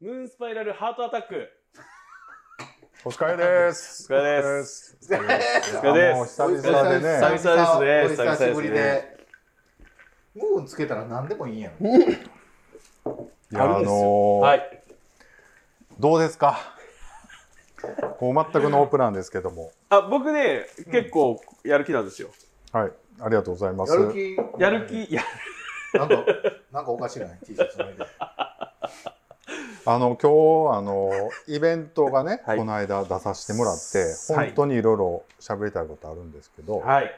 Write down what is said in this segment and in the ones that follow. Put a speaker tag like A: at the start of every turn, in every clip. A: ムーンスパイラルハートアタック。
B: お疲れです。
A: お疲れで
B: お疲れです。
A: お疲れです
B: いやもう久々で
A: お疲れ
B: ね
A: です。々ですね
C: お久しぶり
A: 久々
C: で。ムーンつけたら何でもいいんやん。
B: いや、あのー
A: はい。
B: どうですかこう全くノープランですけども。
A: あ、僕ね、結構やる気なんですよ。
B: はい。ありがとうございます。
C: やる気。
A: やる気、いや、
C: なんか、なんかおかしいない T シャツの上で。
B: あの、今日、あのーイベントがね、
A: はい
B: この間出させてもらって、
A: はい
B: 本当にいろいろ喋りたいことあるんですけど、
A: はい。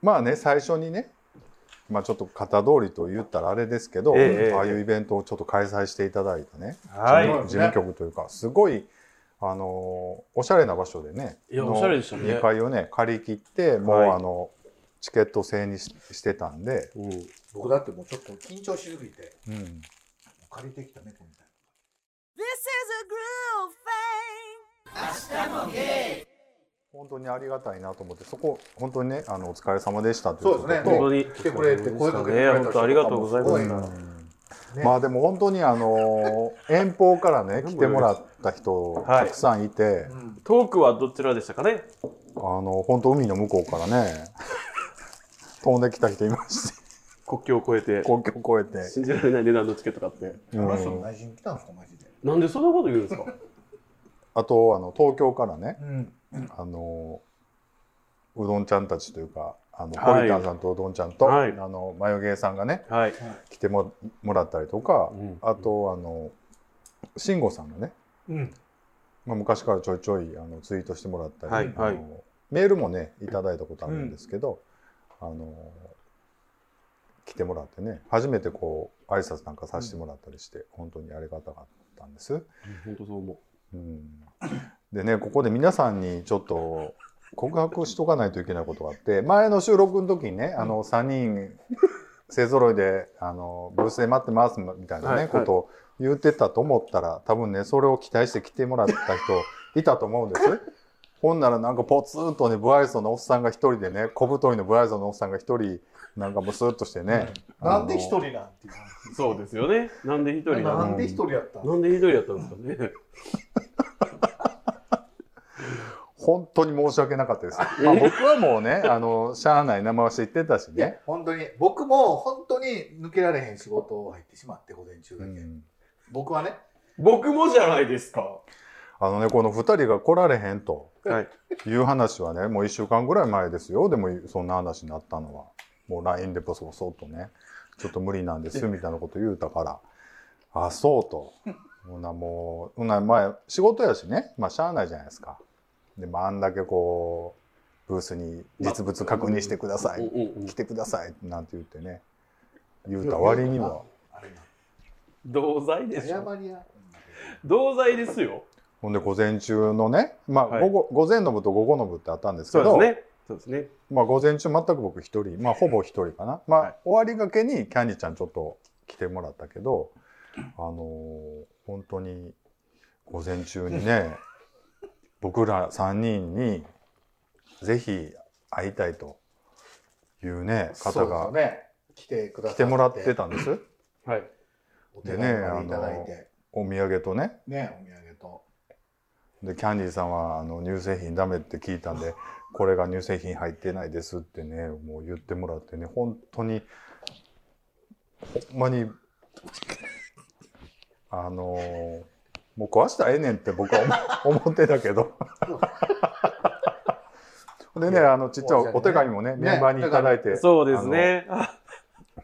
B: まあね、最初にね、まあちょっと型通りと言ったらあれですけど、
A: ええ
B: ああいうイベントをちょっと開催していただいたね、
A: はい
B: 事務局というか、すごい、あのーおしゃれな場所でね、
A: いや
B: の
A: おしゃれでしたね
B: 2階をね、借り切って、もう、
A: はい
B: あの、チケット制にししてたんで、
A: うん。
C: 僕だってもうちょっと緊張しすぎて、
B: うん、
C: 借りてきた猫みたい
D: This is a groove thing.
B: 本当にありがたいなと思って、そこ、本当にね、あのお疲れ様でしたとい
C: そうう
B: こ
C: ですね
B: と
A: 本
B: と
A: 当に。
C: 来てくれて声かけてくれた人
A: ね、本当ありがとうございます
C: す。ごいなね
B: まあでも本当にあのー遠方からね来てもらった人
A: はい
B: たくさんいて、
C: な。うん。
A: トークはどちらでしたかね
B: あの本当海の向こうか らね飛んできた人いまして
A: 国境を越えて。
B: 国境越えて、
A: 信じられない値段のチケット買って。
C: あ
B: うん
C: の人内心来たんですか、マジで。
A: なんでそんなこと言うんですか
B: あとあの東京からね
C: うん。
B: あのうどんちゃんたちというかあの、
A: はい
B: ポリタンさんとうどんちゃんと、
A: はい
B: あのマヨゲーさんがね
A: はい。
B: 来てももらったりとか、
A: うん
B: あとあの慎吾さんがね、
C: うん。
B: まあ、昔からちょいちょいあのツイートしてもらったり、
A: はい
B: あの
A: はい
B: メールもねいただいたことあるんですけど、あの来てもらってね初めてこう挨拶なんかさせてもらったりして、本当にありがたかったんです。
A: 本当そう思
B: うん、でねここで皆さんにちょっと告白しとかないといけないことがあって前の収録の時にねあの3人勢ぞろいであのブースで待ってますみたいなね、
A: はい
B: ことを言ってたと思ったら多分ねそれを期待して来てもらった人いたと思うんです。ほんならなんかポツンとね、不愛想のおっさんが一人でね、小太りの不愛想のおっさんが一人、なんかもうスーッとしてね。
C: なんで一
B: あの
C: 人なんていう
A: う。そうですよね。なんで一人
C: な
A: なん
C: で一人やったん
A: なんで一人やったんですかね。
B: 本当に申し訳なかったです。まあ、僕はもうね、あの、しゃあない名前は知ってたし
C: いや
B: ね。、
C: 本当に、僕も本当に抜けられへん仕事入ってしまって、午前中
B: う
C: だけ。
B: ん
C: 僕はね、
A: 僕もじゃないですか。
B: あのね、この2人が来られへんと
A: はい。
B: いう話はね、もう1週間ぐらい前ですよ。でも、そんな話になったのは。もう LINE でボソボソっとね、ちょっと無理なんですみたいなこと言うたから、あ、そうと。ほな、もう、ほな、前、仕事やしね、まあ、しゃあないじゃないですか。で、まあ、あんだけこう、ブースに実物確認してください。
A: うんうんうん
B: 来てください。なんて言ってね、言うた割には。
C: あれな
A: 同罪でしょ。
C: 謝りや。
A: 同罪ですよ。
B: ほんで午前中のね、まあ
A: はい
B: 午後午前の部と午後の部ってあったんですけ
A: そうで
B: ど
A: すね。そうですね。
B: まあ、午前中全く僕一人、まあ、ほぼ一人かな、まあ
A: はい
B: 終わりがけにキャンディちゃんちょっと来てもらったけど、あのー本当に午前中に ね僕ら3人にぜひ会いたいというね
C: そ
B: 方
C: うですよ
B: が
C: ね。来てくださ
B: 来てもらって。たんです。
A: はい。
C: お手紙までいただいて。
B: お土産とね
C: ね、お土産と。
B: でキャンディーさんはあの乳製品ダメって聞いたんでこれが乳製品入ってないですってねもう言ってもらってね本当にほんまにあのーもう壊したらええねんって僕は 思思ってたけどでねあのちっちゃいお手紙もね
C: ね
B: メンバーにいただいて
A: そうですね。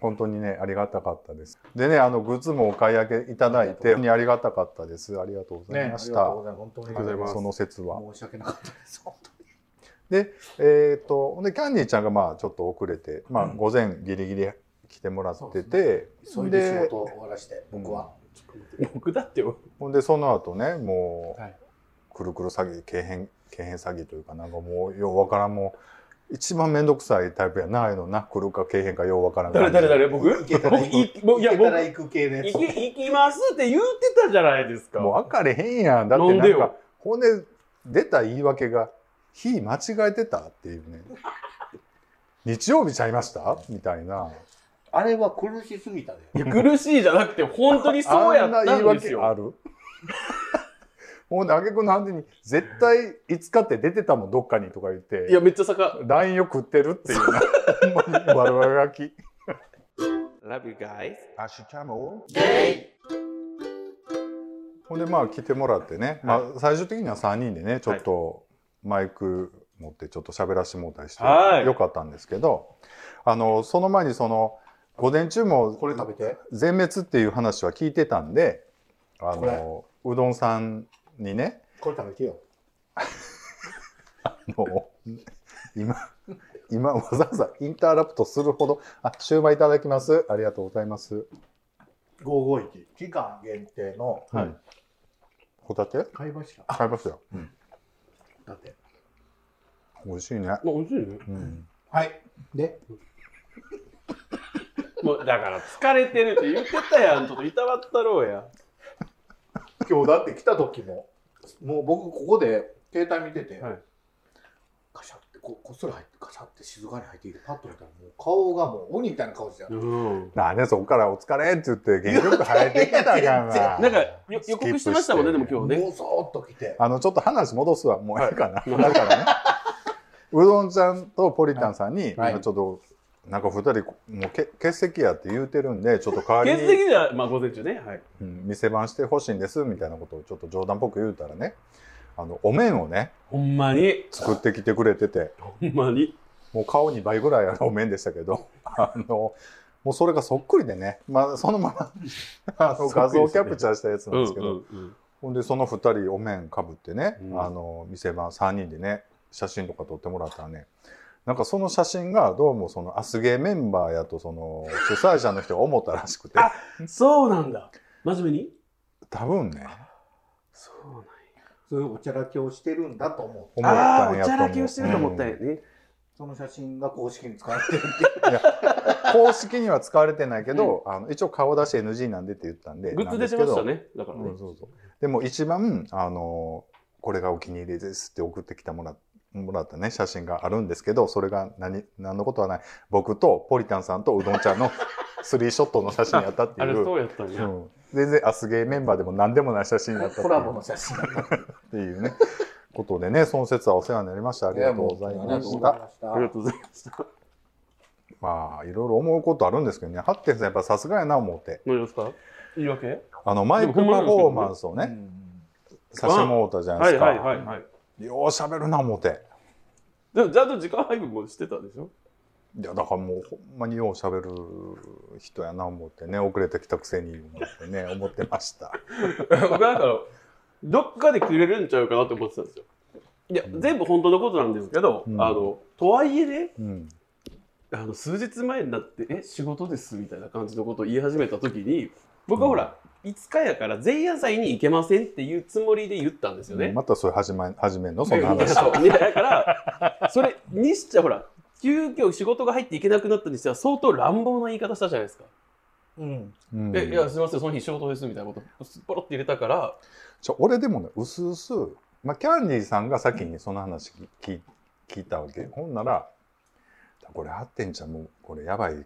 B: 本当にねありがたかったですでねあのグッズもお買い上げいただいて本当にありがたかったですありがとうござい
C: ね、あ
B: ま
C: り
B: し
C: が
B: た、
C: とうございます。本当に。
A: ありがとうございます
B: その説は
C: 申し訳なかったです。本当に
B: えー、とほんでキャンディーちゃんがまあちょっと遅れて、まあ、午前ギリギリ来てもらってて、
C: 急いで仕事を終わらして、僕は。
A: 僕だってよ。
B: ほんでその後ねもう、
A: はい
B: くるくる詐欺軽変軽変詐欺というかなんかもうようわからんもう一番面倒くさいタイプやなああいうのなくるか軽変かようわからん感
A: 誰誰
B: じ
A: 誰僕
C: 行けたら
A: 僕い僕いや
C: 行け
A: 僕
C: たら行く系のや
A: 行
C: つ。
A: き行きますって言ってたじゃないですか。
B: もう分かれへんやんだって
A: なん
B: な
A: で
B: んか
A: よ
B: ほんで出た言い訳が「日間違えてた」っていうね「日曜日ちゃいました?」みたいな
C: あれは苦しすぎたで。
A: いや苦しいじゃなくて、本当にそうやったんです
B: あ
A: よ。
B: んな言い訳ある ほんで、あげくの判定に、絶対いつかって出てたもん、どっかにとか言っ
A: いや、
B: て、
A: めっちゃ坂。
B: LINE を食ってるっていうな、ほんまに悪あがき。
A: Love you guys.
B: アシュチャモほんでまあ来てもらってね、まあ、最終的には3人でねちょっとマイク持ってちょっと喋らせてもらったりして、
A: はい
B: よかったんですけどあのその前にその午前中も
C: これ食べて。
B: 全滅っていう話は聞いてたんであ
C: これ
B: のうどんさんにね
C: これ食べてよ。
B: もう 今今わざわざインターラプトするほど「あシューマイいただきますありがとうございます」
C: 551。期間限定の
A: はい
B: うんホタテ
C: 貝柱。
B: 買いますよ、うん、
C: だって。
B: 美味しいね
A: もう美味しいね。
B: うん
C: はい。で、
A: もうだから疲れてるって言ってたやん。ちょっといたわったろうや。
C: 今日だって来た時も、もう僕ここで携帯見てて、
A: はい
C: カシャってこ、こっそり入って、カシャって静かに入ってきて、パッと見たらもう顔がもう鬼みたいな顔してた。
A: うん。
B: なんでそこから「お疲れ」って言って元気よく生えてきたから
C: いや
B: な
A: なんかよ予告してましたもんね、でも今日ね。
C: もうそーっと来て。
B: あのちょっと話戻すわもういいかな、だからね うどんちゃんとポリタンさんに、
C: はい
B: 今ちょっとなんか2人もうけ欠席やって言うてるんでちょっと代わり
A: 現実
B: に、
A: 的には、まあ午前中ね。はい。
B: うん、店番してほしいんですみたいなことをちょっと冗談っぽく言うたらねあのお麺をね
A: ほんまに。
B: 作ってきてくれてて
A: ほんまに。
B: もう顔2倍ぐらいあるお麺でしたけど あのもうそれがそっくりでね、まあ、そのままあの画像をキャプチャーしたやつなんですけど、
A: うん。
B: ほんでその2人お面かぶってね、
A: うん
B: あの店番3人でね写真とか撮ってもらったらねなんかその写真がどうもそのアスゲーメンバーやとその主催者の人が思ったらしくて
A: あそうなんだ。真面目に
B: 多分ね
A: そうなん
C: そういうおちゃらけをしてるんだと思う。
B: 思
A: あ
B: った
A: あ
B: ん
A: ー、
B: や
A: お
B: と
A: ちゃ
B: 思う
A: らけをしてると思ったんや
B: うん
A: ね。
C: その写真が公式に使われてるって
B: 公式には使われてないけど、あの一応顔出し NG なんでって言ったんで
A: グッズ出しました
B: なんです
A: ね。だか
B: け
A: ら
B: ど、
A: ね
B: うん。そうそうでも一番あのこれがお気に入りですって送ってきたもらもらったね写真があるんですけどそれが何何のことはない僕とポリタンさんとうどんちゃんのスリーショットの写真やったってい
A: あれ
B: う
A: そうやったん
B: う
A: や。
B: ん全然アスゲーメンバーでも何でもない写真やったってい
C: コ
B: う
C: ラボの写真だった。
B: っていうねことでねその説はお世話になりましたありがとうござい
C: あ
B: ま
C: りがとう
B: し
C: ござ
B: た
C: い。ました
A: ありがとうございました。
B: まあいろいろ思うことあるんですけどねハッテンさんやっぱさすがやな思って
A: 何ですか言い訳
B: あのマイクパフォーマンスを
C: う
B: ね
C: ん
B: さしてもらったじゃな
A: は
B: いで
A: い
B: すか、
A: はいはいはい。
B: よう喋るな思って
A: でもちゃんと時間配分もしてたでしょ
B: いやだからもうほんまによう喋る人やな思ってね遅れてきたくせに思ってね思ってました
A: 僕なんかどっかでくれるんちゃうかなと思ってたんですよいや、全部本当のことなんですけど、
B: うん
A: あのとはいえね
B: うん
A: あの数日前になって「え仕事です」みたいな感じのことを言い始めた時に僕はほら、5日やから前夜祭に行けませんっていうつもりで言ったんですよね、
B: またそれ始ま始めんのそんな
A: や
B: い話
A: そういやだからそれにしちゃほら急遽仕事が入っていけなくなったにしては相当乱暴な言い方したじゃないですか。
C: うん。
B: うん
A: えいやすみませんその日仕事ですみたいなことすっぽろって入れたから
B: ちょ俺でもねうすうす、まあ、キャンディーさんが先にその話聞い聞いたわけほんならこれハッテンちゃんもうこれやばい流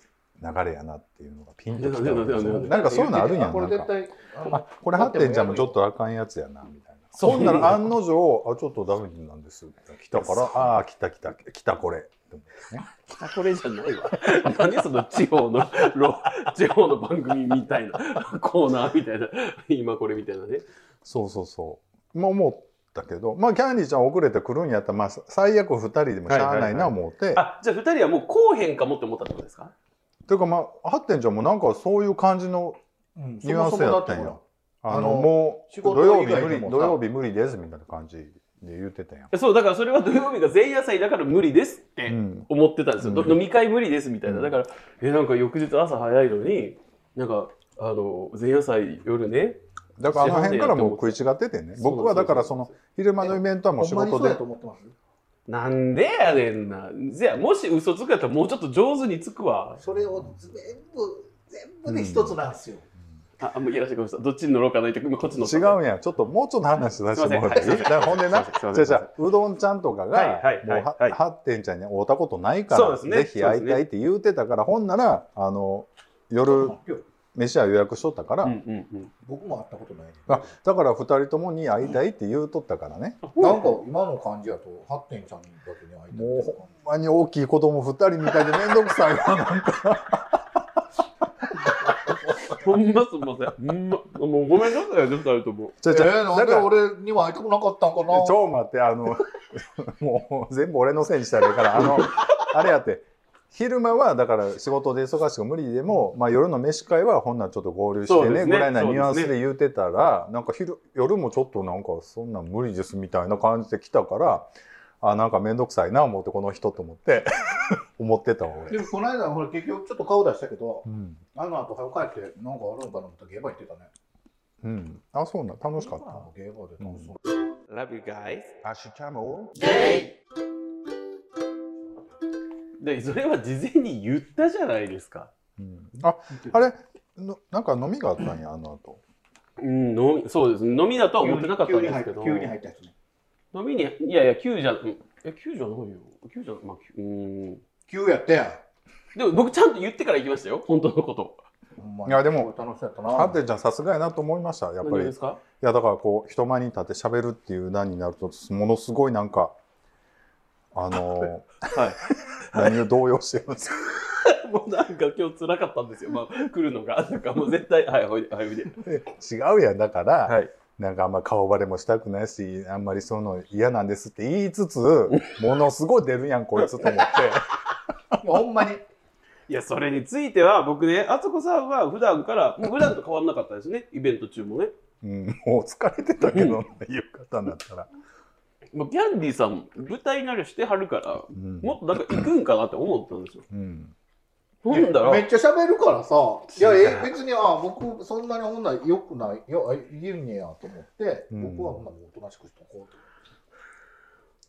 B: れやなっていうのがピンときたわけ
A: いやいやいやいや
B: なんかそういうのあるんやん
C: こ
B: な
C: れ
B: ん
C: 絶
B: か
C: 対、あの
B: あこれハッテンちゃんもちょっとあかんやつやなみたいな
A: そう
B: ほんなら案の定あちょっとダメなんですって来たからああー来た来た来たこれって思ってね
A: 北これじゃないわ。何その地方のロ、地方の番組みたいな、コーナーみたいな、今これみたいなね。
B: そうそうそう。まあ思ったけど、まあキャンディーちゃん遅れてくるんやったら、まあ最悪2人でもしゃあないな思うて、
A: あ、じゃあ二人はもうこうへんかもって思ったってことですか
B: というかまあ、ハッテンちゃんもなんかそういう感じの、
C: うん
B: ニュアンスやったんや
C: そもそもだってほら
B: あの、
C: あの
B: もう
C: 仕
B: 土
C: 事
B: 曜
C: 以
B: 日
C: 外
B: 無
C: で
B: 理、
C: も
B: 土曜日無理ですみたいな感じで言ってたやん。
A: そう、だからそれは土曜日が前夜祭だから無理ですって
B: うん
A: 思ってたんですよ。
B: うん
A: 飲み会無理ですみたいな。
B: うん
A: だから、え、なんか翌日朝早いのに、なんか、あの、前夜祭夜ね。
B: だからあの辺からもう食い違っててね。僕はだからその、昼間のイベントはもう
C: ほ
B: 仕
C: んまに
B: 事
C: そう
B: で
C: やと、思ってます
A: なんでやねんな。じゃあ、もし嘘つくやったらもうちょっと上手につくわ。
C: それを全部、全部で一つなんですよ。
A: あ、あんまいやらしいかもしれない。どっちに乗ろうかなって、今こっち乗った
B: 違うんやちょっともうちょっと話させてもらっていい
A: すい
B: だからほんでな
A: すいませんすいません
B: じゃあじゃあうどんちゃんとか
A: はい
B: が
A: はい
B: も
A: はい
B: うは
A: はい
B: はってんちゃんに会うたことないか
A: そう
B: ら
A: ですね
B: ぜひ会いたいって言うてたからほんならあの夜飯は予約しとったから、
A: うんうんうん。
C: 僕も会ったことないねん
B: あだから2人ともに会いたいって言うとったからね、
C: なんか今の感じやとハッテンちゃんだけに会いたいって
B: も
C: いううか
B: ほんまに大きい子供2人みたいで面倒くさいわ なんか
A: ほんますんません。ほんま、もうごめんなさいよね、二人とも。
B: ちょちょ
C: えー、なん
B: だ
C: で
B: から
C: 俺には会いたくなかったんかな
B: 超待ってあの もう全部俺のせいにしたらいいからあのあれやって昼間はだから仕事で忙しく無理でも、まあ、夜の飯会はほんならちょっと合流して
A: そうで
B: ね
A: す
B: ぐ
A: ね
B: らいなニュア
A: そ
B: ン
A: うで
B: ス
A: す
B: で
A: ね
B: 言うてたら、なんか昼夜もちょっとなんかそんなん無理ですみたいな感じで来たからあなんか面倒くさいな思ってこの人と思って 思ってたわ俺。
C: でもこの間ほら結局ちょっと顔出したけど
B: うん
C: あの後早く帰ってなんかあるんかなと思ったらゲーバー行ってたね
B: うん、あそうなん楽しかっ
C: あゲーバーで楽しそう
A: Love you guys.
B: た。明日も
A: で、それは事前に言ったじゃないですか。
B: うん、ああれのなんか飲みがあったんやあの後
A: うん、飲み、そうです。飲みだとは思ってなかったんですけど。
C: 急に入ったやつね
A: 飲みに、いやいや、9じゃ、うんえ、9じゃないよ。9じゃ、まあ、きゅうん。
C: 急やったやん
A: でも僕ちゃんと言ってから行きましたよ、本当のこと。
C: ほんま
B: い
C: に
B: やでも
C: 楽しそうやったな
B: ハッテちゃんさすがやなと思いましたやっぱ
A: 何
B: り
A: で
B: い
A: すか
B: やだからこう人前に立って喋るっていう段になるとものすごいなんかあの
A: はい。
B: ー 何を動揺してるんですか
A: もうなんか今日辛かったんですよ、まあ、来るのが。なんかもう絶対、はい、おいで、はい、おいで。
B: 違うやんだから、
A: はい
B: なんかあんま顔バレもしたくないしあんまりそういうの嫌なんですって言いつつ ものすごい出るやんこいつと思って
C: いやほんまに
A: いや、それについては、僕ね、あつこさんは普段から、もう普段と変わんなかったですね、イベント中もね。
B: うんもう疲れてたけど、言う方になったら、
A: もうギャンディさん、舞台慣れしてはるから、
B: うん
A: もっとなんか行くんかなって思ったんですよ。
B: うん
A: ほんだ
C: め
A: ら、
C: っちゃ喋るからさいやえ別にあ僕そんなにほんならよくないよあ言うんやと思って、
B: うん
C: 僕はほんならもうおとなしくしとこう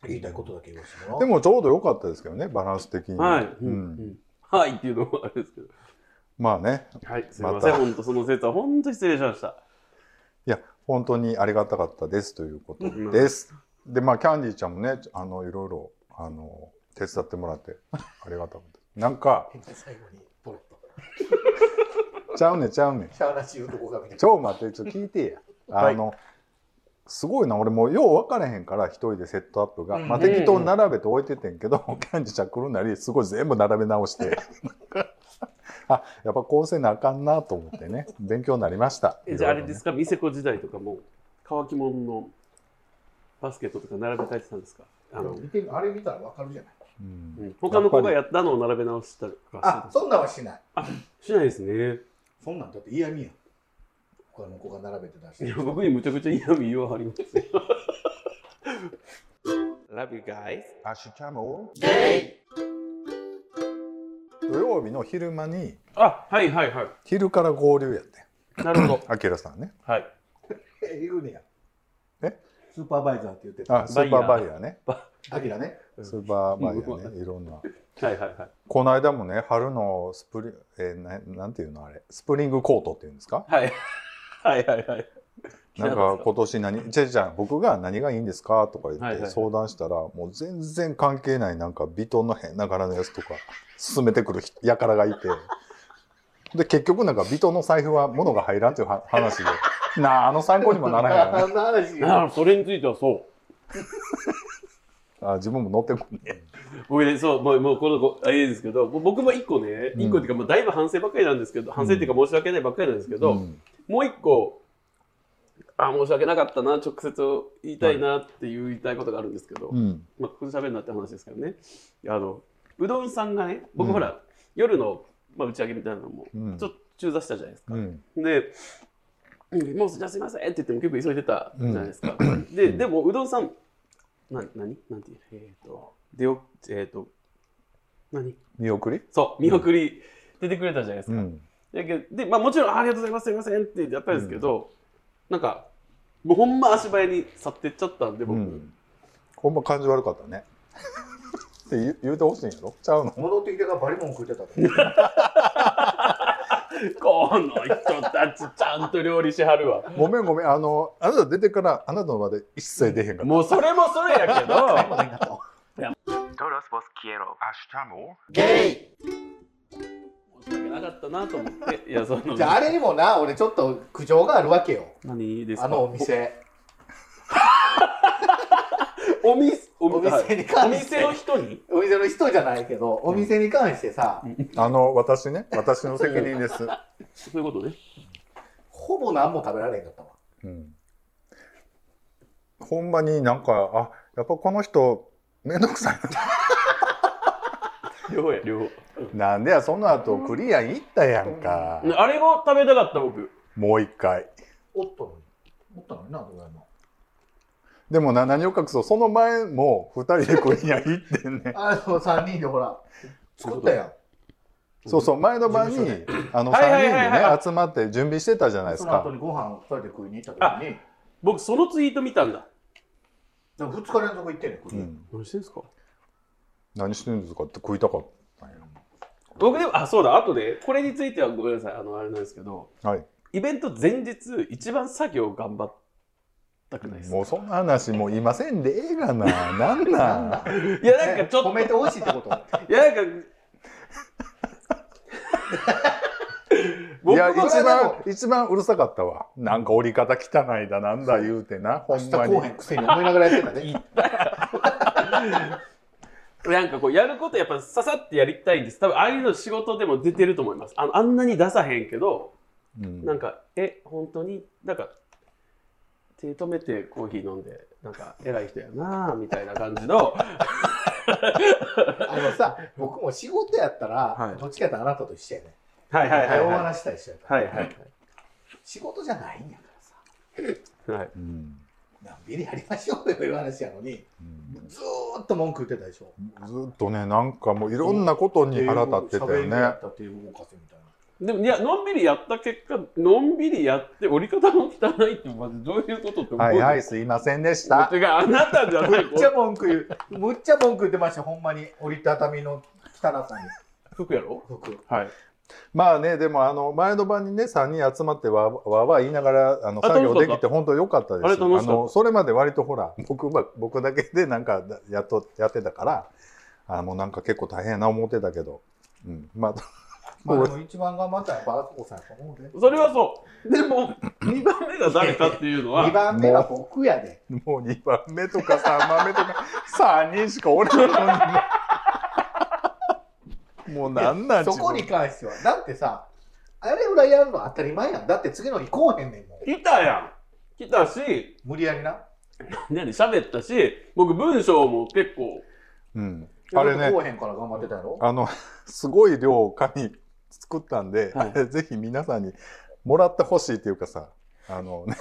C: と言いたいことだけ言わせてもらおう
B: でもちょうど良かったですけどねバランス的に、
A: はい、
B: う
A: うんんうんはいっていうのもあれですけど。
B: まあね
A: はい、すみ
B: ま
A: ま
B: た
A: せん、本当その説は本当失礼しました。
B: いや、本当にありがたかったですということです。で、まあ、キャンディーちゃんもね、あの、いろいろ、あの、手伝ってもらって、ありがたかった。なんか、
C: 最後にポロッと
B: ちゃうねんちゃうねん。
C: しゃあなし言うとこが見て
B: 超待って、ちょっと聞いてや。
A: は
B: あ
A: い
B: の、すごいな、俺もうよう分からへんから、一人でセットアップが。
C: うん
B: まあ、適当に並べて置いててん けど、キャンディーちゃん来るなり、すごい全部並べ直して。あ、やっぱ構成なあかんなと思ってね、勉強になりました。
A: えじゃああ
B: いろ
A: れ
B: いろね
A: ですか、ニセコ時代とかも、乾き物のバスケットとか並べ替えてたんですかあの、
C: 見てあれ見たらわかるじゃない
B: うん
A: うん他の子がやったのを並べ直したりと
C: あ
A: か
C: そんなんはしない
A: ししないですね。
C: そんなんだって嫌味やん他の子が並べて出して
A: いや、
C: る
A: 僕にむちゃくちゃ嫌味言わはりますよ。Love you guys.
B: 土曜日の昼間に、
A: あ、はいはいは
B: 昼から合流やってん。
A: い。なるほど。
B: アキラさんね。
A: はい。
C: えいるねや
B: え
C: スーパーバイザーって言ってた
B: あ、スーパーバイヤーね。
C: アキラね
A: ー
B: スーパーバイヤーね。いろんな。
A: はいはいはい。
B: この間もね、春のスプリ、えーななんていうのあれ、スプリングコートっていうんですか
A: はい。はいはいはい。
B: なんか今年何、チェちゃん、僕が何がいいんですかとか
A: はい
B: 言っ
A: はい
B: て
A: はい
B: 相談したら、もう全然関係ないなんかビトンの変な柄のやつとか、勧めてくる人やからがいて。で、結局なんかビトンの財布は物が入らんというは話で。なあ、あの参考にもならへんよね。
C: あんな話
A: なるほどそれについてはそう。
B: あ自分も乗ってこんね。
A: 僕ね、そう、もう、もう、この子、あれですけど、もう僕も一個ね、
B: うん
A: 一個っていうか、もうだいぶ反省ばっかりなんですけど、反省っていうか申し訳ないばっかりなんですけど、
B: うん
A: もう一個、あ、申し訳なかったな、直接言いたいなっていう言いたいことがあるんですけど、
B: うん。
A: まあ、ここで喋るなって話ですけどね、あの、うどんさんがね、
B: う
A: 僕
B: ん
A: ほら、夜の、まあ、打ち上げみたいなのも、
B: うん
A: ちょっと中座したじゃないですか。
B: うん。
A: で、うんもう、じゃあすいませんって言っても結構急いでたじゃないです か。
B: う
A: で、
B: ん
A: でも、うどんさん、な、なになんていう、えっ、と、でよ、えっ、と、何
B: 見送り
A: そう、見送り出てくれたじゃないです
B: う
A: か。
B: ん。
A: だけどで、まあ、もちろん、あありがとうございます、すいませんってやったんですけど、なんか、もうほんま足早に去ってっちゃったんで、僕、
B: うん、ほんま感じ悪かったねって言う言うてほしいんやろちゃうの
C: 戻ってきてからバリモン食ってたと
A: この人たちちゃんと料理しはるわ
B: ごめんごめんあのあなた出てからあなたの場で一切出へんから
A: もうそれもそれやけ
C: 買い
A: ど
C: 物になったわ
E: Todos vos quiero.
C: ゲイ
A: 申し訳なかったなと思っていやその
C: じゃああれにもな俺ちょっと苦情があるわけよ
A: 何ですか
C: あのお店
A: おお店お
C: お
A: はい
C: 店に
A: お
C: 関して
A: 店の人に
C: お店の人じゃないけどお店に関してさ、
B: あの私ね私の責任です、
A: そういうことね
C: ほぼ何も食べられへんかったわ
B: うん、ほんまになんかあやっぱこの人めんどくさい
A: 両方や両方
B: ななんでやその後クリア行ったやんか、
A: あれを食べたかった僕
B: もう一回
C: おったのにおったのになどうやの
B: でもな何を隠そうその前も2人でクリア行ってんね
C: あの3人でほら作ったやん
B: そうそう前の晩に
C: 事務
B: あの3
A: はいはいはいはい
B: 人でね集まって準備してたじゃないで
C: そ
B: す
C: の後
B: か
C: にご飯を2人で食いに行った時に
A: 僕そのツイート見たんだ
C: でも2日連続行ってんねんこ
B: う
C: れ
B: ん、
A: 何してんすか
B: 何してんですかって食いたかったんや
A: 僕でもあそうだあとでこれについてはごめんなさいあのあれなんですけど
B: はい
A: イベント前日一番作業頑張ったくないですか
B: もうそんな話もういませんでええがななん
C: なん
B: なん
C: だ
A: いやなんかちょっ
C: 褒めてほしいってこ
A: と
C: と
A: いやなんか僕
B: いや
A: も
B: 一番一番うるさかったわなんか折り方汚いだなんだ言うてなほ
C: 明日
B: んま
C: こ
B: に
C: うへんくせに思いながらやってたね
A: なんかこうやることやっぱささってやりたいんです多分ああいうの仕事でも出てると思いますあのあんなに出さへんけど
B: うん
A: なんかえ本当になんか手止めてコーヒー飲んでなんか偉い人やなあみたいな感じの
C: あのさ、僕も仕事やったら、
A: はい
C: どっちかってあなたと一緒やね。
A: はいはいはい
C: お
A: はい
C: 話した一緒やから
A: はいはい
C: 仕事じゃないんやからさ、
A: はい
B: うん
C: 何びりやりましょうよいう話やのに、
B: うん
C: ずーっと文句言ってたでしょ。
B: ずっとねなんかもういろんなことに腹立ってた
C: 喋
B: よ
C: りや
B: ね
C: ったっていうおかせみたいな。
A: でもいやのんびりやった結果のんびりやって折り方も汚いってまずどういうことって思う
B: はいはいすいませんでした
A: てかあなたじゃない
C: むっちゃ文句言う、むっちゃ文句言ってましたよ、ほんまに。折りたたみの汚さに。
A: 服やろ
C: 僕、
A: はい
B: まあねでもあの前の晩にね3人集まってわーわーわー言いながらあの
A: あ
B: 作業で
A: 楽しかっ
B: きて本当良かったです
A: あれ楽しかった
B: のそれまで割とほら僕ば僕だけでなんかやっとやってたからあもうなんか結構大変やな思ってたけど、うん、まあ
C: まあ、でも一番頑張ったのはバーコさんやと思うで。
A: それはそうでも2番目が誰かっていうのは
C: 2番目は僕やで。
B: もう2番目とか3番目とか3人しかおらんのにもうなんなん
C: そこに関しては。だってさ、あれぐらいやるの当たり前やん。だって次の日来うへんねんもん。
A: 来たやん来たし
C: 無理やりな。
A: 何喋ったし僕文章も結構
B: 自分、うん、あれね
C: こうへんから頑張ってたやろ
B: あの、すごい量を紙作ったんで、
A: はい
B: あれ ぜひ皆さんにもらってほしいっていうかさ、あの、ね、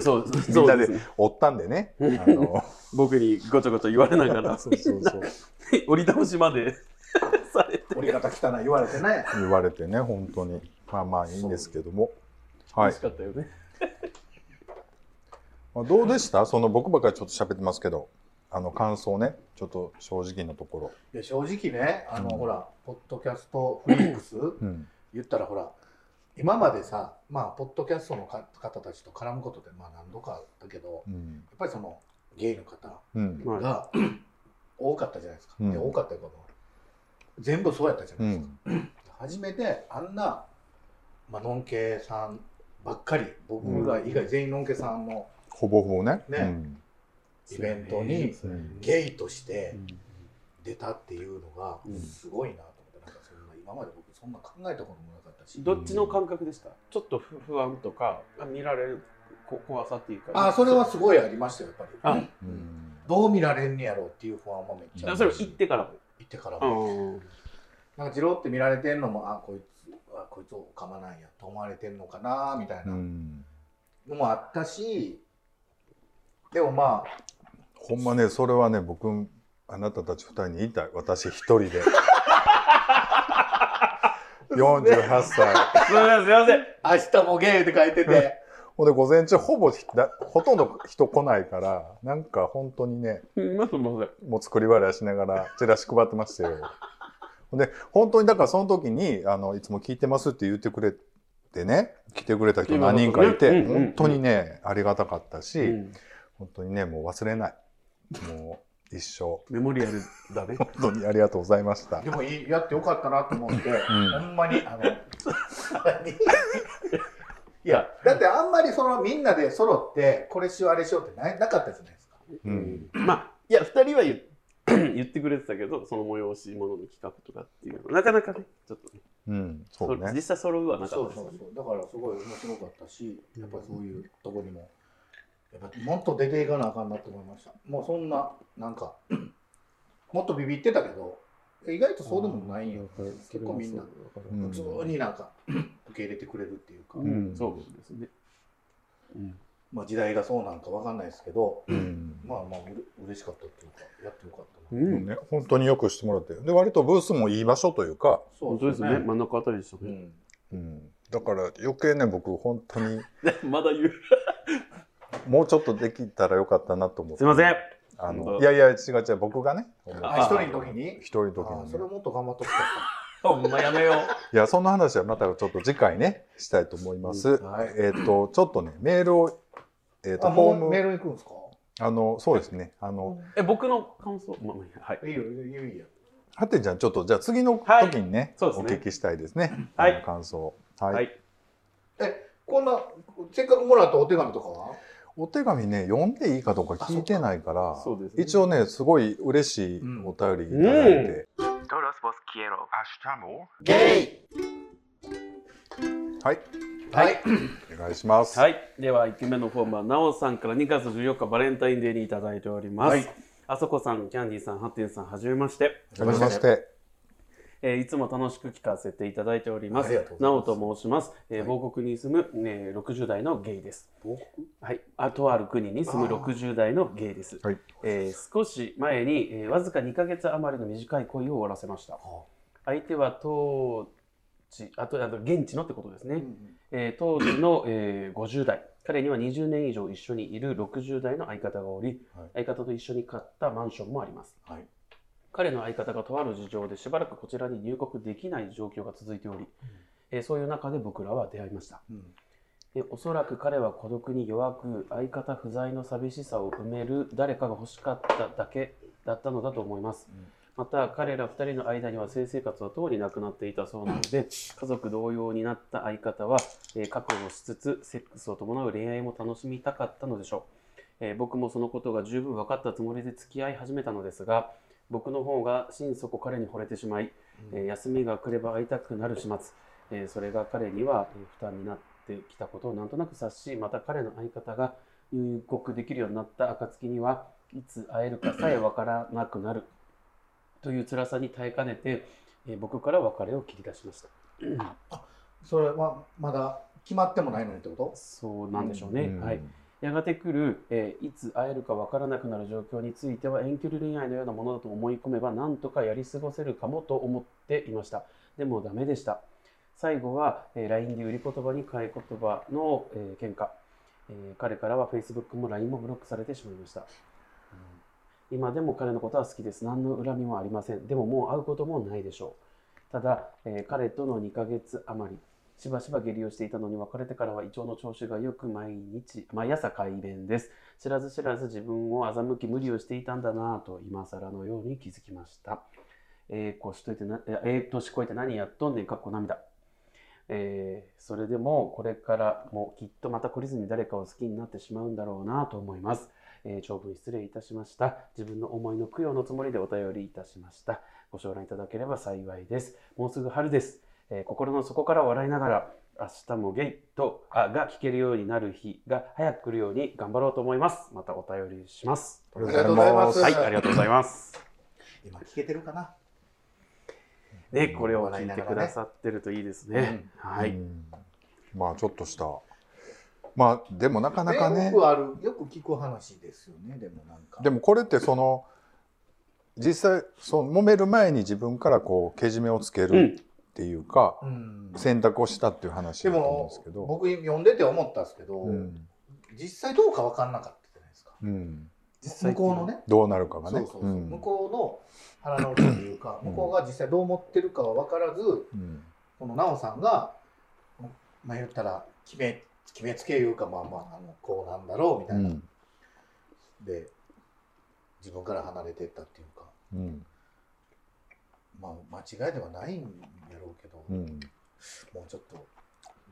A: そう
B: みん
A: そ
B: な
A: うで
B: です
A: ね
B: 追ったんでね。あの、
A: 僕にごちょごちょ言われながら
B: そうそうそう。
A: 折り倒しまで されて
C: 折り方汚い言われてね。
B: 言われてね、本当に。まあまあいいんですけども。はい
A: 嬉し。かったよね
B: まあどうでしたその僕ばっかりちょっと喋ってますけど、あの、感想ね、ちょっと正直なとこ
C: いや正直ね、あの、
B: うん
C: ほら、ポッドキャストフリークス、
B: ろ。うん。
C: 言ったらほら、今までさ、まあ、ポッドキャストのか方たちと絡むことって、まあ、何度かあったけど、
B: うん。
C: やっぱりその、ゲイの方
B: うん。
A: はい
C: が、 多かったじゃないですか。
B: うん
C: で、多かったけど、全部そうやったじゃ
B: う
C: ないですか。
B: ん。
C: 初めて、あんな、まあ、のんけいさんばっかり、僕ら以外全員のんけいさんの
B: ほぼほぼね。
C: ね
B: うん
C: イベントに、
B: う、ん。
C: ゲイとして、
A: うん
C: 出たっていうのが
A: うん
C: すごいなと思って、なんかそんな今まで僕そんな考えたこともなかったし、
A: どっちの感覚でしたちょっと不不安とかあ見られるこ怖さっていうか
C: あそれはすごいありましたよやっぱり
B: う
C: うん
B: ん。
C: どう見られんねやろうっていう不安もめっちゃ
A: あ
C: あ
A: それ
C: る
A: 行っ
C: して
A: から
C: 行ってからも、
A: うん
C: なんかジローって見られてんのもあこいつあこいつをかまないやと思われてんのかなみたいうなんのもあったし、でもまあ
B: ほんまね、それはね、僕、あなたたち二人に言いたい。私一人 で。48歳。
A: すいませんすいません
C: 明日もゲイって書いてて
B: ほんで、午前中ほぼひだ、ほとんど人来ないから、なんか本当にね、
A: すいませんすいません
B: もう作り笑いしながら、チラシ配ってましたよ。で本当にだからその時にあのいつも聞いてますって言ってくれてね来てくれた人何人かいて、
A: うんうんうん
B: 本当にねありがたかったし、
A: うん
B: 本当にねもう忘れないもう一生
A: メモリアルだ ね。
B: 本当にありがとうございました
C: でもいいやってよかったなと思って、
B: ん
C: ほんまにあ のいやだってあんまりそのみんなで揃ってこれしようあれしようってないなかったじゃないですか
B: うん
A: まあいや2人は言っ言ってくれてたけどその催し物の企画とかっていうのはなかなかねちょっとね
B: うんそう
A: それ
B: ね
A: 実際揃うはなか
C: そ
A: っ
C: う
A: たです
C: そうそうだからすごい面白かったしやっぱりそういうとこにもやっぱもっと出ていかなあかんなと思いましたもうそんななんか もっとビビってたけど意外とそうでもないんよ結構みんな
B: うん
C: 普通になんか 受け入れてくれるっていうか、
A: うん、そうですね。うん
C: まあ、時代がそうなんかわかんないですけど
B: うん
C: まあまあうれ嬉しかったっていうかやってよかったな、
A: うん、
B: ね、本当によくしてもらってで割とブースもいい場所というか、
C: そ
A: 本当ですね。真ん中あたりでした
C: う
A: ね。
C: ん、
B: うん、だから余計ね僕本当に
A: まだ言う。
B: もうちょっとできたらよかったなと思って
A: すいません。
B: あ
A: 本
B: の
A: 当
B: いやいや違う違う僕がね
C: あ一人の時に
B: 一人の時
C: あ
B: に
C: それもっと頑張ってほしかっ
A: ほんまやめよ
B: いや、その話はまたちょっと次回ね、したいと思います。
C: た、はい、
B: えっ、と、ちょっとね、メールを、えっ、
C: あ
B: と、フォ
C: も
B: ー
C: う
B: ム、
C: メール行くんですか
B: あの、そうですね、あの、
A: う。え、僕の感想。まあまあ、はい。
C: いいよいいよいいよ
B: ハテンちゃん、ちょっと、じゃあ次の
A: はい
B: 時にね、
A: そうです
B: お
A: ね
B: 聞きしたいですね。
A: はい
B: あの感想。はい。
A: はい。
C: こんなせっかくもらったお手紙とかは
B: お手紙ね、読んでいいかどうか聞いてないから、
A: そうですね
B: 一応ね、すごい嬉しいお便りいただいて、
E: Todos vos quiero.
C: ゲ
B: はい、
C: イはい
B: お願いします。
A: はい、では1件目のフォームはなおさんから2月14日バレンタインデーにいただいております、
C: はい
A: あそこさんキャンディーさんハッテンさんはじめまして、
B: はじめまして。
A: えーいつも楽しく聞かせていただいておりま
C: あ
A: す
C: りがとうござ
A: ないお
C: ます
A: と申します、えー報国に住む、えー60代のゲイですはい、あとある国に住む60代のゲイです、
B: はい
A: えー少し前に、えーわずか2ヶ月余りの短い恋を終わらせました相手は当地あとあと現地のってことですね、えー当時の、えー50代彼には20年以上一緒にいる60代の相方がおり、
B: はい
A: 相方と一緒に買ったマンションもあります、
C: はい
A: 彼の相方がとある事情でしばらくこちらに入国できない状況が続いており、えーそういう中で僕らは出会いましたでおそらく彼は孤独に弱く相方不在の寂しさを埋める誰かが欲しかっただけだったのだと思います、
C: うん
A: また彼ら2人の間には性生活はとうになくなっていたそうなの で家族同様になった相方は、えー覚悟しつつセックスを伴う恋愛も楽しみたかったのでしょう、えー僕もそのことが十分分かったつもりで付き合い始めたのですが僕の方が心底彼に惚れてしまい、えー休みが来れば会いたくなる始末えーそれが彼にはえー負担になってきたことをなんとなく察しまた彼の相方が入国できるようになった暁にはいつ会えるかさえわからなくなるという辛さに耐えかねて、えー僕から別れを切り出しました
C: それはまだ決まってもないのにってこと
A: そうなんでしょうね、
B: うん
A: はい、やがて来る、えーいつ会えるかわからなくなる状況については遠距離恋愛のようなものだと思い込めばなんとかやり過ごせるかもと思っていましたでもダメでした最後は、えー LINE で売り言葉に買い言葉の、えー喧嘩、えー彼からは Facebook も LINE もブロックされてしまいました、今でも彼のことは好きです何の恨みもありませんでももう会うこともないでしょうただ、えー彼との2ヶ月余りしばしば下痢をしていたのに別れてからは胃腸の調子がよく毎日毎朝改便です知らず知らず自分を欺き無理をしていたんだなぁと今更のように気づきましたえー、こうしといてなえーえー、年こいて何やっとんねんかっこ涙えーそれでもこれからもきっとまた懲りずに誰かを好きになってしまうんだろうなぁと思います、えー長文失礼いたしました自分の思いの供養のつもりでお便りいたしましたご承覧いただければ幸いですもうすぐ春ですえー心の底から笑いながら明日もゲイとあが聞けるようになる日が早く来るように頑張ろうと思います。またお便りします。
B: あ
C: りがとうございます
A: はい、ありがとうございます。
C: 今聞けてるかな
A: ね、これを聞いてくださってるといいですね。は
B: う
A: い。
B: んまあ、ちょっとした。まあ、でもなかなかね。
C: よくあるよく聞く話ですよねでもなんか
B: でもこれってその実際その揉める前に自分からこうけじめをつけ
A: うん
B: るっていうか、
C: うん
B: 選択をしたっていう話
C: で
B: だと思うんです
C: も
B: けど。
C: 僕読んでて思ったんですけど、
B: うん
C: 実際どうか分かんなかったじゃないですか
B: うん
A: 実
C: 向こうのね
B: どうなるかが
C: そう
B: ね。
C: そうそううん向こうの腹直りというか、
B: うん
C: 向こうが実際どう思ってるかは分からず
B: うん
C: この奈緒さんがまあ言ったら決め決めつけいうかまあまああのこうなんだろうみた
B: う
C: いな、
B: ん
C: で自分から離れてったっていうか
B: うん
C: まあ間違いではないんやろうけど、
B: うん
C: もうちょっと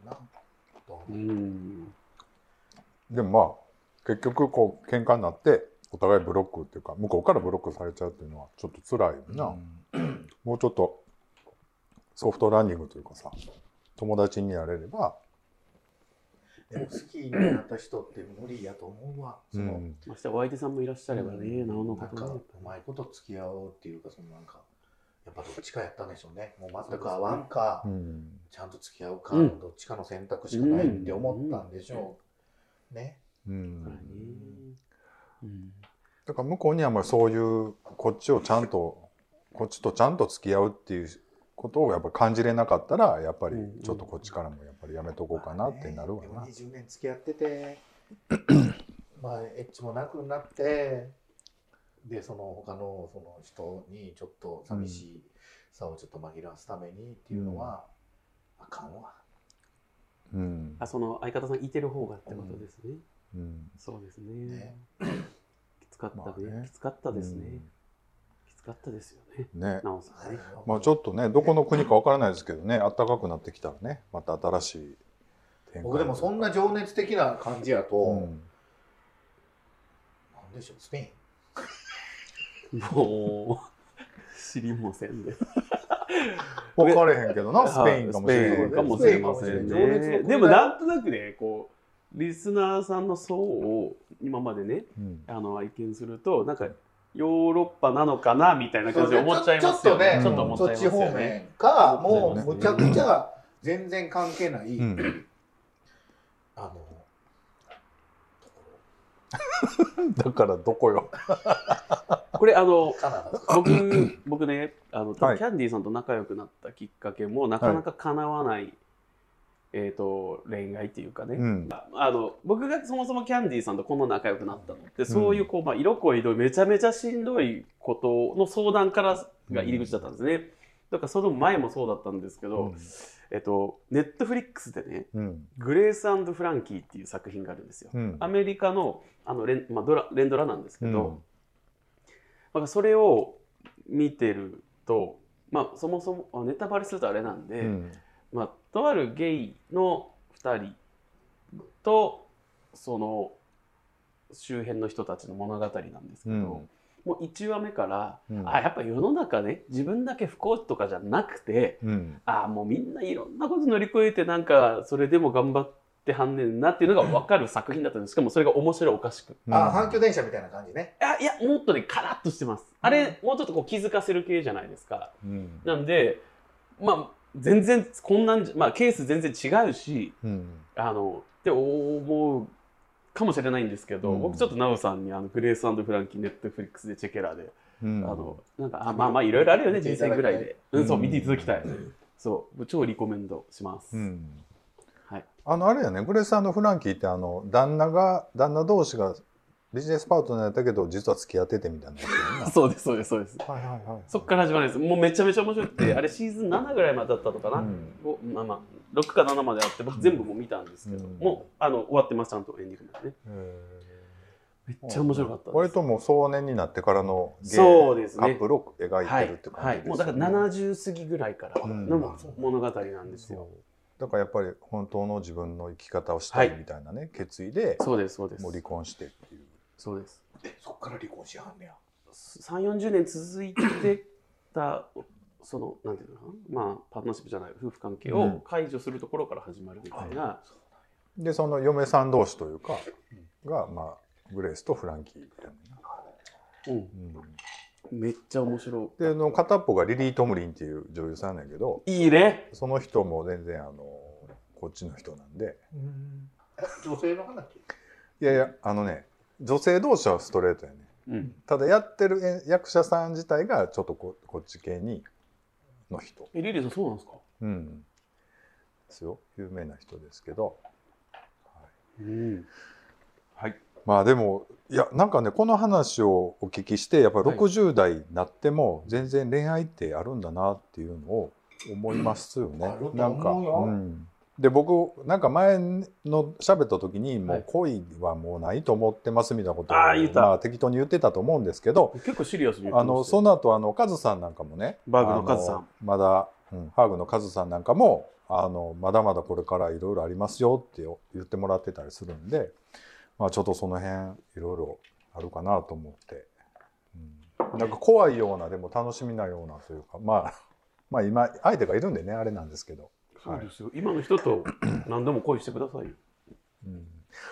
C: なんと
A: うん
B: でもまあ結局こう喧嘩になってお互いブロックっていうか向こうからブロックされちゃうっていうのはちょっと辛いよな、もうちょっとソフトランニングというかさ友達になれれば、
C: でも好きになった人って無理やと思うわ。その
A: ましてお相手さんもいらっしゃればね、なおのこ
C: なん
A: と
C: か
A: ね
C: うまいこと付き合おうっていうかそのなんかやっぱどっちかやったんでしょうねもう全く合わんか、
B: うん
C: ちゃんと付き合うか、
A: うん
C: どっちかの選択しかないって思ったんでしょう、ね
B: うん
A: そうだねうん
B: だから向こうにはもうそういうこっちをちゃんとこっちとちゃんと付き合うっていうことをやっぱ感じれなかったらやっぱり
A: うん
B: ちょっとこっちからもやっぱりやめとこうかなってなるわ
C: まあ
B: な
C: ね、でも20年付き合ってて まあエッチもなくなってでその他のその人にちょっと寂しいさをちょっと紛らわすためにっていうのは、あかんわ
B: うん
A: あその相方さんいてる方がってことですね、
B: うん
A: そうですね
C: ね
A: きつかったね,、
B: まあね
A: きつかったですね、きつかったですよね
B: ね
A: なおさんね
B: まあちょっとねどこの国かわからないですけどね暖かくなってきたらねまた新しい展開
C: 僕でもそんな情熱的な感じやと、
B: うん
C: なんでしょうスペイン
A: もう知りもせんで
B: 分かれへんけどなスペインかもしれ
A: スペイ
B: へ
A: ン
B: ん
A: かもしれません
C: スペインかもしれない情
A: ね
C: 熱の国だ
A: でもなんとなくねこうリスナーさんの層を今までね
B: うん
A: あの拝見するとなんかヨーロッパなのかなみたいな感じで思っちゃいますよね
B: ちょっとね
A: 思っち
C: そ
A: ゃい
C: っ
A: ます
C: ち
A: よ
C: 方
A: ね
C: 面か、
A: 思
B: っ
C: も
B: ちゃいますね
C: うむちゃくちゃ全然関係ない、
B: うん
C: あの、
B: だからどこよ
A: これあの
C: カナダとか。
A: 僕僕ねあの、
B: はい
A: キャンディーさんと仲良くなったきっかけもなかなか叶わない、えー、と恋愛っていうかね、
B: うん
A: あの僕がそもそもキャンディーさんとこの仲良くなったのって
B: ん
A: そういうこう、まあ、色恋どいめちゃめちゃしんどいことの相談からが入り口だったんですね、だからその前もそうだったんですけど、えっと、ネットフリックスでね
B: うん
A: 「グレースフランキー」っていう作品があるんですよ。
B: うん
A: アメリカのあのレン,、まあ、ドラレンドラなんですけど、
B: うん
A: なんかそれを見てると、まあ、そもそもあネタバレするとあれなんで、
B: うん
A: まあ、とあるゲイの2人とその周辺の人たちの物語なんですけど、
B: うん
A: もう1話目から、
B: うん
A: あやっぱ世の中ね自分だけ不幸とかじゃなくて
B: うん
A: あもうみんないろんなこと乗り越えてなんかそれでも頑張ってはんねんなっていうのが分かる作品だったんですしかもそれが面白いおかしく
C: あ、阪急電車みたいな感じね。
A: あいやもっとねカラッとしてますあれ、もうちょっとこう気づかせる系じゃないですか
B: うん
A: なんでまあ全然こんなんじゃまあケース全然違うし
B: うん
A: あのって思うかもしれないんですけど、
B: うん
A: 僕ちょっと奈緒さんにあの「グレースフランキー」ネットフリックスでチェケラで、
B: うん
A: あのなんかあまあまあいろいろあるよね
C: 見て
A: 人
C: いた
A: 生ぐら
C: だきたい
A: いで、うん、そう
B: うん
A: 見ていただきたい、そう超リコメンドします、
B: うん
A: はい
B: あのあれやねグレースフランキーってあの旦那が旦那同士がビジネスパートナーやったけど実は付き合っててみたいなやつやんな
A: そうですそうですそうです
B: はいはいはい
A: そっから始まるんですもうめちゃめちゃ面白くてあれシーズン7ぐらいまでだったのかな、
B: うん
A: おまあまあ6か7まであって僕全部もう見たんですけど、
B: うん
A: もうあの終わってますちゃんとエンディングまでね
B: へー
A: めっちゃ面白かったです
B: 割ともう壮年になってからのゲイ
A: そうですね
B: カップルを描いてるって
A: は
B: 感
A: い
B: じ
A: は
B: ですよね
A: い、もうだから70過ぎぐらいからの物語なんですよ、
B: そうだからやっぱり本当の自分の生き方をしたいみたいなね、決意で
A: そうですそうです
B: もう離婚してっていう
A: そうです
C: え、そっから離婚しはんねや。
A: 3 4 0年続いてたそのなんていうのかなまあパートナーシップじゃない夫婦関係
B: うん
A: を解除するところから始まるみたいな、
B: でその嫁さん同士というかが、まあ、グレースとフランキーみたい
A: うん、
B: な、
A: めっちゃ面白
B: であの片っぽがリリー・トムリンっていう女優さんなんやけど
A: いいいね
B: その人も全然あのこっちの人なんで
C: 女性の話。
B: いやいやあのね女性同士はストレートやね
A: うん
B: ただやってるえ役者さん自体がちょっとここっち系にの人
A: えリリーさんそうなんですか
B: うん。ですよ。有名な人ですけど。
A: うん
B: まあでも、いやなんかねこの話をお聞きしてやっぱり60代になっても全然恋愛ってあるんだなっていうのを思いますよね
C: あると。思うよ
B: なんか、うん、で僕なんか前の喋った時にも
A: は
B: う
A: い
B: 恋はもうないと思ってますみたいなことを、
A: あー言った
B: まあ、適当に言ってたと思うんですけど
A: 結構シリアスに言ってま
B: あ
A: したよ
B: のその後あのカズさんなんかもね
A: バーグのカズさん
B: あのまだ、うんハーグのカズさんなんかもあのまだまだこれからいろいろありますよってよ言ってもらってたりするんで、まあ、ちょっとその辺いろいろあるかなと思って、うん、なんか怖いようなでも楽しみなようなというかまあまあ今相手がいるんでねあれなんですけど。
A: そうですよ今の人と何でも恋してくださいよ
B: うん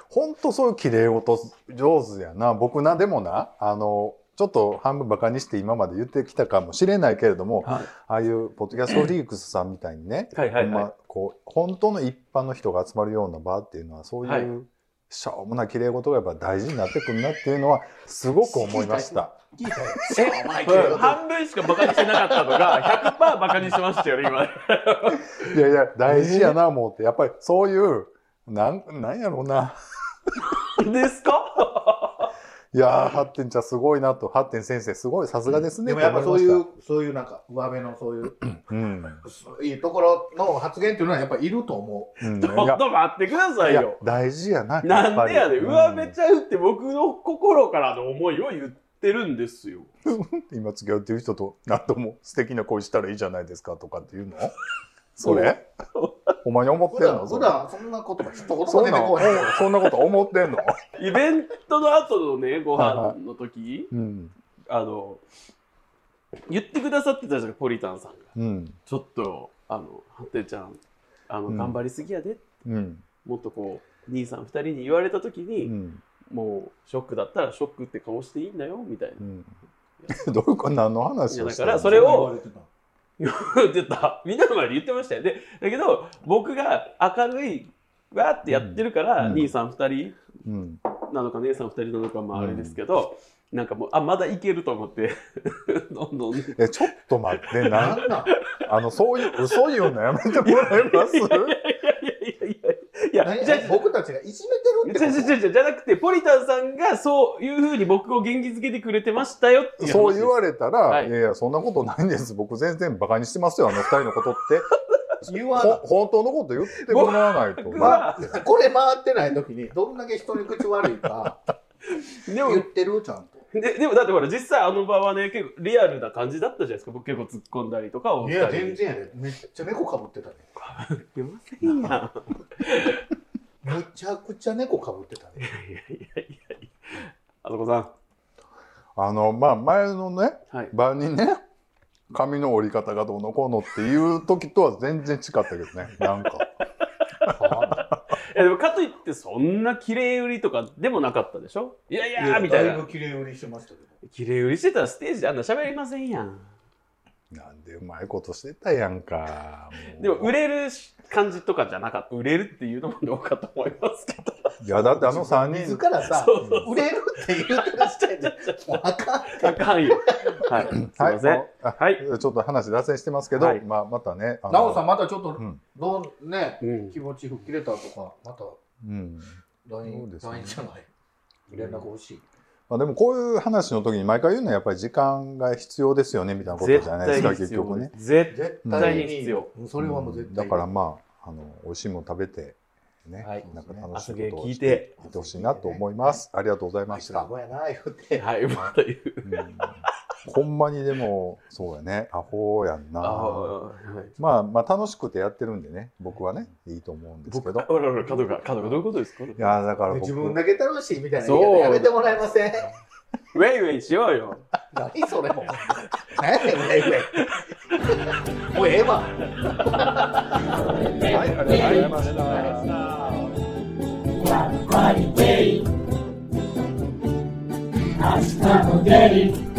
B: ほんとそういう綺麗事上手やな僕なでもなあのちょっと半分バカにして今まで言ってきたかもしれないけれども、
A: はい
B: ああいうポッドキャストフリークスさんみたいにね、
A: はいはいはい
B: ほんまこう本当の一般の人が集まるような場っていうのはそう
A: はい
B: いうしょうもない綺麗事がやっぱ大事になってくるなっていうのはすごく思いま した。
C: 聞いたよ。 お前
A: え半分しかバカにしてなかったのが100%バカにしてましたよね今
B: いやいや大事やな思ってやっぱりそういうなんなんやろうな
A: ですか
B: いやーハッテンちゃんすごいなとハッテン先生すごいさすがですね
C: で
B: っ
C: も
B: て
C: やっ
B: 思い
C: ぱ
B: ました。
C: そういう、そういうなんか、上辺のそういう、
B: うん
C: そういうところの発言っていうのはやっぱいると思
B: うんい
A: ちょっと待ってくださ
B: や
A: い
B: いや
A: よ
B: 大事やなやっ
A: な
B: ぱ
A: ん
B: り
A: でやねん
B: う
A: 上辺ちゃうって僕の心からの思いを言ってるんですよ
B: 今付き合ってる人と何とも素敵な恋したらいいじゃないですかとかっ ていうのそれお前に思っ
C: う。普
B: てんの
C: 段、
B: そ
C: 普
B: れ
C: 段そんな言葉一言
B: そ
C: も
B: ん
C: 出
B: な
C: てこない。
B: そんなこと思って んの、
A: イベントの後のねご
B: はいは
A: 飯の時
B: うん
A: あの言ってくださってたじゃんポリタンさんが
B: うん
A: ちょっとあのハッテちゃんあの、
B: うん
A: 頑張りすぎやで
B: うん
A: もっとこう兄さん二人に言われた時
B: う
A: に、
B: ん
A: もうショックだったらショックって顔していいんだよみたいな
B: うんどういうこと何の話をしてん
A: いやだから
B: の
A: それを
C: 言わてた
A: 言ってたみんなの 前で言ってましたよねだけど僕が明るいわーってやってるから、
B: うん
A: 兄さん二人
B: うん
A: なのか姉さん二人なのかまああれですけど、なんかもうあまだいけると思って どんどんね
B: えちょっと待ってな
C: なんなん
B: あのそういう嘘言うのやめてもらえます
A: いやいやいやいやいやいや
C: 何
A: じゃあ
C: え 僕たちがいじめて
A: じゃあ
C: るって
A: じゃあじゃあじゃなくてポリタンさんがそういうふうに僕を元気づけてくれてましたよっていう話です
B: そう言われたら、
A: はい
B: い、やいやそんなことないんです僕全然バカにしてますよあの二人のことって
C: こと言わ
B: ほ
C: な
B: 本当のこと言ってもらわないと。
A: 僕
B: まあ
A: は
C: これ回ってない時にどんだけ人に口悪いか
A: でも
C: 言ってるちゃんと
A: ででもだってほら実際あの場はね結構リアルな感じだったじゃないですか僕結構突っ込んだりとかを
C: 然やでめっちゃ猫かぶってたね
A: いませんやん
C: むちゃくちゃ猫かぶってたね
A: いやいやいやいやあそこさん
B: あのまあ前のね
A: はい
B: 晩にね髪の折り方がどうのこうのっていう時とは全然違ったけどねな んか
A: いやでもかといってそんな綺麗売りとかでもなかったでしょいやいやーみたい
C: だいぶ
A: な
C: 綺麗売りしてましたけど
A: 綺麗売りしてたらステージであんな喋りませんやん
B: なんでうまいことしてたやんかう
A: でも売れる感じとかじゃなかった売れるっていうのもどうかと思いますけど
B: いやだってあの3
C: 自
B: 人
C: らさ
A: そうそう
C: 売れるって言ってらっしゃるじゃんもうあかん
A: あかんよはいすいません
B: もうあ
A: はい、
B: ちょっと話脱線してますけど、
A: はい
B: まあ、またねあの
C: なおさんまたちょっと
B: うん
C: どうね
A: うん
C: 気持ち吹っ切れたとかまた
B: うん、そう
C: LINE
B: ですね
C: LINE じゃない連絡欲しい
B: まあ、でもこういう話の時に毎回言うのはやっぱり時間が必要ですよねみたいなことじゃないですか結局ね。
A: 絶
C: 絶
B: 対
C: 対
A: に
C: に
A: 必要
C: それはもう絶対
B: だからまああの美味しいもの食べてね、
A: はい
B: なんか楽し
A: 遊
B: い
A: び
B: ことを
A: 聞い
B: して
A: て
B: いってほしいなと思います。ありがとうございま
C: あ
B: し
C: したた。やな言って
A: はいまた言う
B: うんほんまにでもそうやねアホやんな。
A: あはい
B: まあまあ楽しくてやってるんでね僕はねいいと思うんですけど。
A: あららら角が角がどういうことですか
B: いやだから僕
C: 自分だけ楽しいみたいな言
A: そ
C: い
A: う
C: 方やめてもらえません
A: ウェイウェイしようよ
C: 何それもう 何やねんウェイウェイもうええわ
B: はいありがとうございました。
F: Hasta poder,